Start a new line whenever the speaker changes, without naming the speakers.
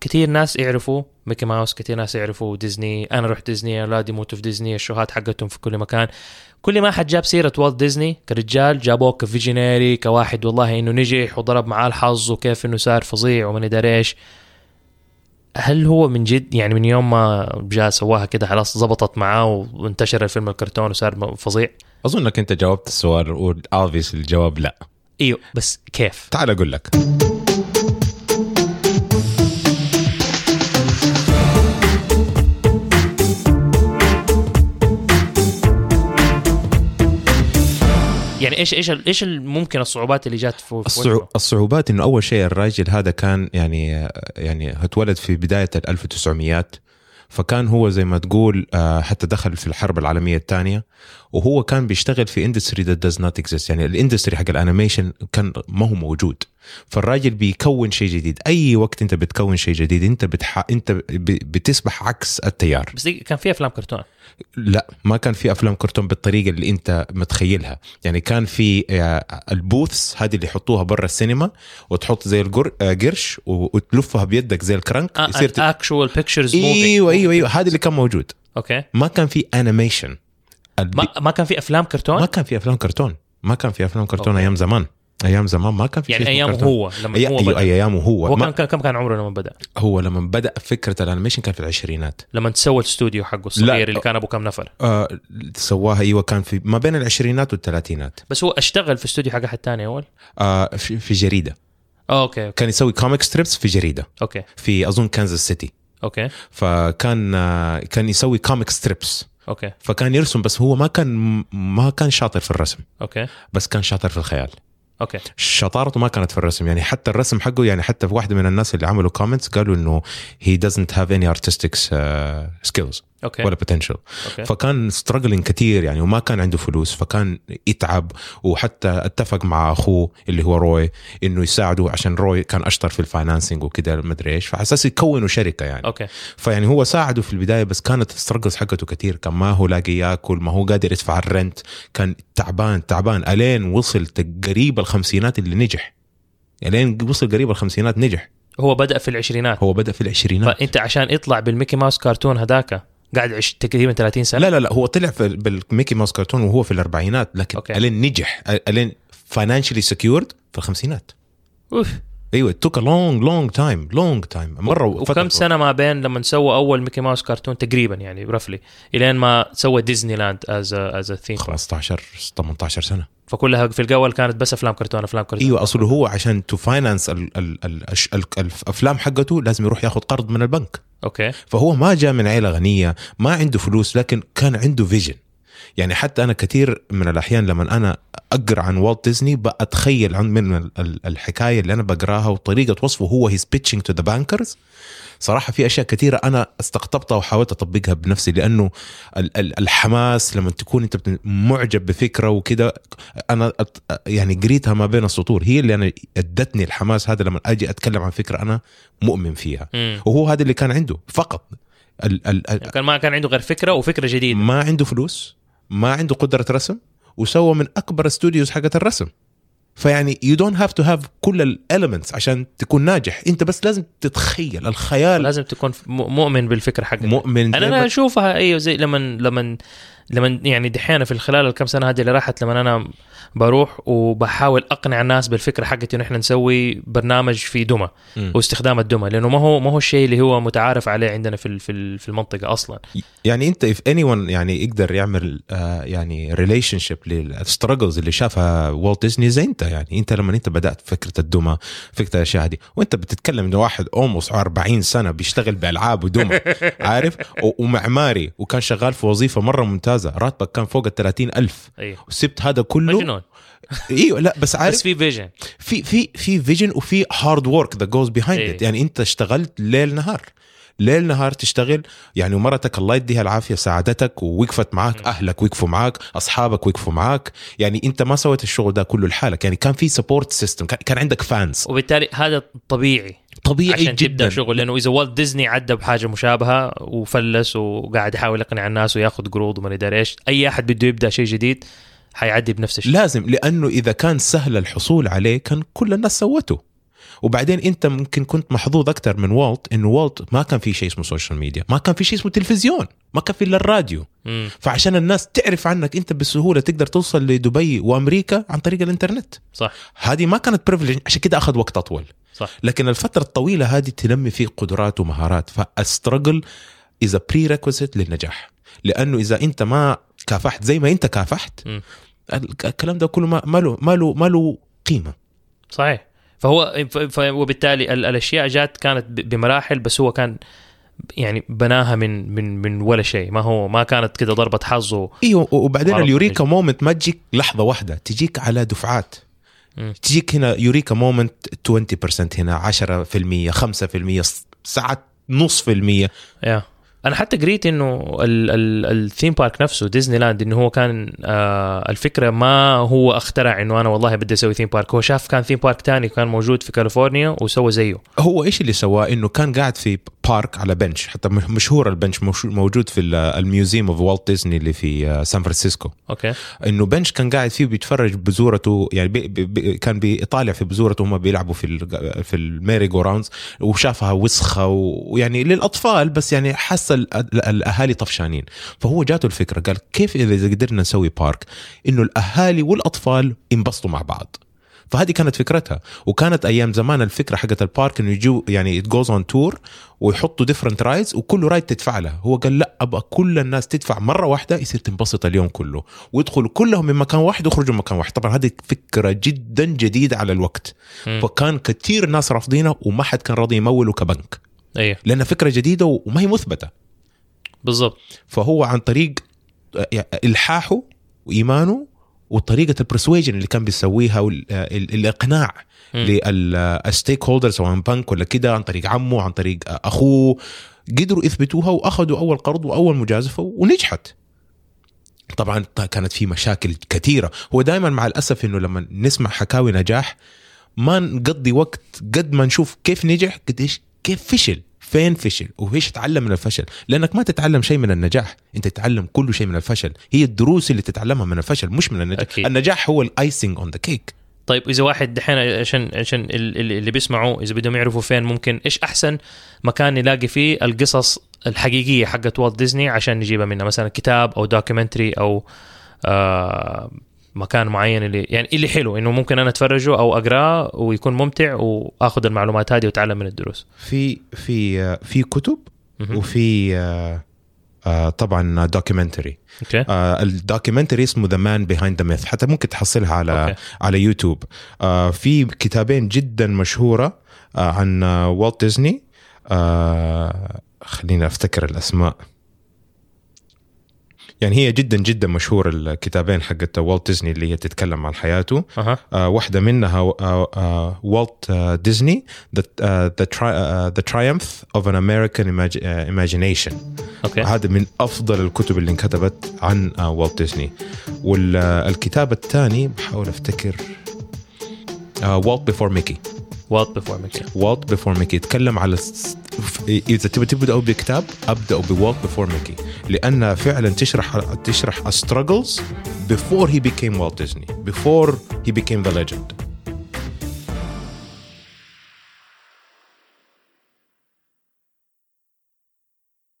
كثير ناس يعرفوا ميكي ماوس كثير ناس يعرفوا ديزني انا رحت ديزني اولادي يموتوا في ديزني الشوهات حقتهم في كل مكان كل ما حد جاب سيره والت ديزني كرجال جابوه كفيجنري كواحد والله انه نجح وضرب معاه الحظ وكيف انه صار فظيع وما ادري ايش هل هو من جد يعني من يوم ما جاء سواها كده خلاص زبطت معاه وانتشر الفيلم الكرتون وصار فظيع
اظنك انت جاوبت السؤال والاوبفيس الجواب لا
ايوه بس كيف
تعال اقول لك
يعني ايش ايش ال- ايش ال- ممكن الصعوبات اللي جات في في
الصعو...
وجهه؟
الصعوبات انه اول شيء الراجل هذا كان يعني يعني اتولد في بدايه ال 1900 فكان هو زي ما تقول آه، حتى دخل في الحرب العالميه الثانيه وهو كان بيشتغل في اندستري ذات داز نوت اكزيست يعني الاندستري حق الانيميشن كان ما هو موجود فالراجل بيكون شيء جديد اي وقت انت بتكون شيء جديد انت بتح... انت ب- بتسبح عكس التيار
بس دي كان في افلام كرتون
لا ما كان في افلام كرتون بالطريقه اللي انت متخيلها يعني كان في آه، البوثس هذه اللي يحطوها برا السينما وتحط زي القر- آه، قرش و- وتلفها بيدك زي الكرنك
آه،
يصير ت-
اكشوال بيكتشرز موفي
ايوه ايوه ايوه هذا اللي كان موجود
اوكي
ما كان في انيميشن
ما ما كان في افلام
ما
كرتون
كان في افلام كرتون ما كان في افلام كرتون
أوكي.
ايام زمان ايام زمان ما كان في
يعني
شيء اسمه
ايام
كرتون.
هو لما
أي-
هو
أيوة،
بدأ.
ايام هو
هو
ما-
كان كم كان عمره لما بدا
هو لما بدا فكره الانيميشن كان في العشرينات
لما تسوى الاستوديو حقه الصغير اللي كان ابو كم نفر
آه سواها ايوه كان في ما بين العشرينات والثلاثينات
بس هو اشتغل في استوديو حق احد ثاني اول
آه في في جريده
اوكي اوكي
كان يسوي كوميك ستريبس في جريده
اوكي
في اظن كانزاس سيتي
اوكي
فكان آه، كان يسوي كوميك ستريبس
اوكي
فكان يرسم بس هو ما كان ما كان شاطر في الرسم
اوكي
بس كان شاطر في الخيال
اوكي
شطارته ما كانت في الرسم يعني حتى الرسم حقه يعني حتى في واحده من الناس اللي عملوا كومنتس قالوا انه he doesn't have any artistic uh, skills
اوكي
ولا potential
اوكي
فكان ستراجلين كتير يعني وما كان عنده فلوس فكان يتعب وحتى اتفق مع اخوه اللي هو روي انه يساعده عشان روي كان اشطر في الفاينانسنج وكده مدري ايش فحساس يكونوا شركه يعني
اوكي
فيعني هو ساعده في البدايه بس كانت الستراجلز حقته كتير كان ما هو لاقي ياكل ما هو قادر يدفع الرنت كان تعبان تعبان الين وصل تق- قريب الخمسينات اللي نجح الين وصل قريب الخمسينات نجح
هو بدا في العشرينات
هو بدا في العشرينات
فانت عشان يطلع بالميكي ماوس كرتون هذاك قاعد عش تقريبا 30 سنه
لا لا لا هو طلع في بالميكي ماوس كرتون وهو في الاربعينات لكن
أوكي.
أوكي. الين نجح الين فاينانشلي سكيورد في الخمسينات
اوف
ايوه توك لونج لونج تايم لونج تايم مره
وكم سنه ما بين لما سوى اول ميكي ماوس كرتون تقريبا يعني رفلي الين ما سوى ديزني لاند از از ثيم
15 18 سنه
فكلها في الاول كانت بس افلام كرتون افلام كرتون
ايوه اصله هو عشان تو فاينانس الافلام حقته لازم يروح ياخذ قرض من البنك
اوكي
فهو ما جاء من عيله غنيه ما عنده فلوس لكن كان عنده فيجن يعني حتى انا كثير من الاحيان لما انا اقرا عن والت ديزني بتخيل عن من ال- ال- الحكايه اللي انا بقراها وطريقه وصفه هو هيز بيتشنج تو ذا بانكرز صراحه في اشياء كثيره انا استقطبتها وحاولت اطبقها بنفسي لانه ال- ال- الحماس لما تكون انت بت- معجب بفكره وكده انا أت- يعني قريتها ما بين السطور هي اللي انا ادتني الحماس هذا لما اجي اتكلم عن فكره انا مؤمن فيها
امم
وهو هذا اللي كان عنده فقط ال ال ال
يعني كان ما كان عنده غير فكره وفكره جديده
ما عنده فلوس ما عنده قدره رسم وسوى من اكبر استوديوز حقه الرسم فيعني يو دونت هاف تو هاف كل الاليمنتس عشان تكون ناجح انت بس لازم تتخيل الخيال
لازم تكون ف- م- مؤمن بالفكره حقك
مؤمن
انا
زي
انا
ما-
اشوفها ايوه زي لما لما لما يعني دحين في خلال الكم سنه هذه اللي راحت لما انا بروح وبحاول اقنع الناس بالفكره حقتي انه احنا نسوي برنامج في دمى
مم.
واستخدام الدمى لانه ما هو ما هو الشيء اللي هو متعارف عليه عندنا في ال- في ال- في المنطقه اصلا
يعني انت اف اني يعني يقدر يعمل آه يعني ريليشن شيب للستراجلز اللي شافها والت ديزني زي انت يعني انت لما انت بدات فكره الدمى فكره الاشياء دي وانت بتتكلم انه واحد اوموس 40 سنه بيشتغل بالعاب ودمى عارف و- ومعماري وكان شغال في وظيفه مره ممتازه راتبك كان فوق ال 30000 الف
ايوه
وسبت هذا كله
مجنون
ايوه لا بس عارف
بس في فيجن
في في في فيجن وفي هارد ورك ذا جوز
إيه.
بيهايند ات يعني انت اشتغلت ليل نهار ليل نهار تشتغل يعني ومرتك الله يديها العافيه ساعدتك ووقفت معاك
مم.
اهلك وقفوا معاك اصحابك وقفوا معاك يعني انت ما سويت الشغل ده كله لحالك يعني كان في سبورت سيستم كان عندك فانز
وبالتالي هذا طبيعي
طبيعي
عشان تبدا
جدا
شغل لانه اذا والت ديزني عدى بحاجه مشابهه وفلس وقاعد يحاول يقنع الناس وياخذ قروض وما ادري ايش اي احد بده يبدا شيء جديد حيعدي بنفس الشيء
لازم لانه اذا كان سهل الحصول عليه كان كل الناس سوته وبعدين انت ممكن كنت محظوظ اكثر من والت انه والت ما كان في شيء اسمه سوشيال ميديا ما كان في شيء اسمه تلفزيون ما كان في الا الراديو
مم.
فعشان الناس تعرف عنك انت بسهوله تقدر توصل لدبي وامريكا عن طريق الانترنت
صح
هذه ما كانت بريفليج عشان كده اخذ وقت اطول
صح
لكن الفتره الطويله هذه تنمي فيه قدرات ومهارات فالسترجل از بري ريكوزيت للنجاح لانه اذا انت ما كافحت زي ما انت كافحت
مم.
الك- الكلام ده كله ما ما له ما له ما له قيمه
صحيح فهو ف- ف- وبالتالي ال- الاشياء جات كانت ب- بمراحل بس هو كان يعني بناها من من من ولا شيء ما هو ما كانت كده ضربه حظ و-
ايوه وبعدين
عرفت
اليوريكا مومنت ما تجيك لحظه واحده تجيك على دفعات
مم.
تجيك هنا يوريكا مومنت 20% هنا 10% 5% ساعات نص في المية
يا انا حتى قريت انه الثيم بارك نفسه ديزني لاند انه هو كان آه الفكره ما هو اخترع انه انا والله بدي اسوي ثيم بارك هو شاف كان ثيم بارك تاني كان موجود في كاليفورنيا وسوى زيه
هو ايش اللي سواه انه كان قاعد في بارك على بنش حتى م- مشهور البنش مش- موجود في ال- الميوزيوم اوف والت ديزني اللي في آه، سان فرانسيسكو
اوكي
انه بنش كان قاعد فيه بيتفرج بزورته يعني بي بي بي كان بيطالع في بزورته وهم بيلعبوا في ال- في الميري جو راوندز وشافها وسخه و- ويعني للاطفال بس يعني حس ال- ال- الاهالي طفشانين فهو جاته الفكره قال كيف اذا قدرنا نسوي بارك انه الاهالي والاطفال ينبسطوا مع بعض فهذه كانت فكرتها وكانت ايام زمان الفكره حقت البارك انه يجوا يعني جوز اون تور ويحطوا ديفرنت رايدز وكل رايد تدفع لها هو قال لا ابغى كل الناس تدفع مره واحده يصير تنبسط اليوم كله ويدخلوا كلهم من مكان واحد ويخرجوا من مكان واحد طبعا هذه فكره جدا جديده على الوقت
مم.
فكان كثير ناس رافضينها وما حد كان راضي يموله كبنك
ايوه
لانها فكره جديده وما هي مثبته
بالضبط
فهو عن طريق آه، يعني الحاحه وايمانه وطريقه البرسويجن اللي كان بيسويها وال- آه، ال- الاقناع
مم.
للستيك هولدر سواء بنك ولا كده عن طريق عمه عن طريق اخوه قدروا يثبتوها واخذوا اول قرض واول مجازفه ونجحت طبعا كانت في مشاكل كثيره هو دائما مع الاسف انه لما نسمع حكاوي نجاح ما نقضي وقت قد ما نشوف كيف نجح قديش كيف فشل فين فشل وايش تعلم من الفشل لانك ما تتعلم شيء من النجاح انت تتعلم كل شيء من الفشل هي الدروس اللي تتعلمها من الفشل مش من النجاح
أكيد.
أكيد. النجاح هو الايسنج اون ذا كيك
طيب اذا واحد دحين عشان عشان ال- ال- اللي بيسمعوا اذا بدهم يعرفوا فين ممكن ايش احسن مكان يلاقي فيه القصص الحقيقيه حقت والت ديزني عشان نجيبها منها مثلا كتاب او دوكيومنتري او آه مكان معين اللي يعني اللي حلو انه ممكن انا اتفرجه او اقراه ويكون ممتع واخذ المعلومات هذه واتعلم من الدروس
في في آه، في كتب
مهم.
وفي آه، آه، طبعا دوكيومنتري
اوكي
آه، الدوكيومنتري اسمه ذا مان بيهايند ذا ميث حتى ممكن تحصلها على
أوكي.
أوكي. على يوتيوب آه، في كتابين جدا مشهوره آه، عن آه، والت ديزني آه، خليني افتكر الاسماء يعني هي جدا جدا مشهوره الكتابين حقت والت ديزني اللي هي تتكلم عن حياته
اها
آه، واحدة منها آه، آه، والت آه، ديزني The آه، The Tri- آه، The Triumph of an American Imag- آه، Imagination
اوكي
هذا من أفضل الكتب اللي انكتبت عن آه، والت ديزني والكتاب آه، الثاني بحاول أفتكر آه، والت بيفور ميكي
والت بيفور ميكي
والت بيفور ميكي يتكلم على الس- ف- اذا تبي تبداوا بكتاب ابداوا بوالت بيفور ميكي لانها فعلا تشرح تشرح struggles before he became Walt Disney before he became the legend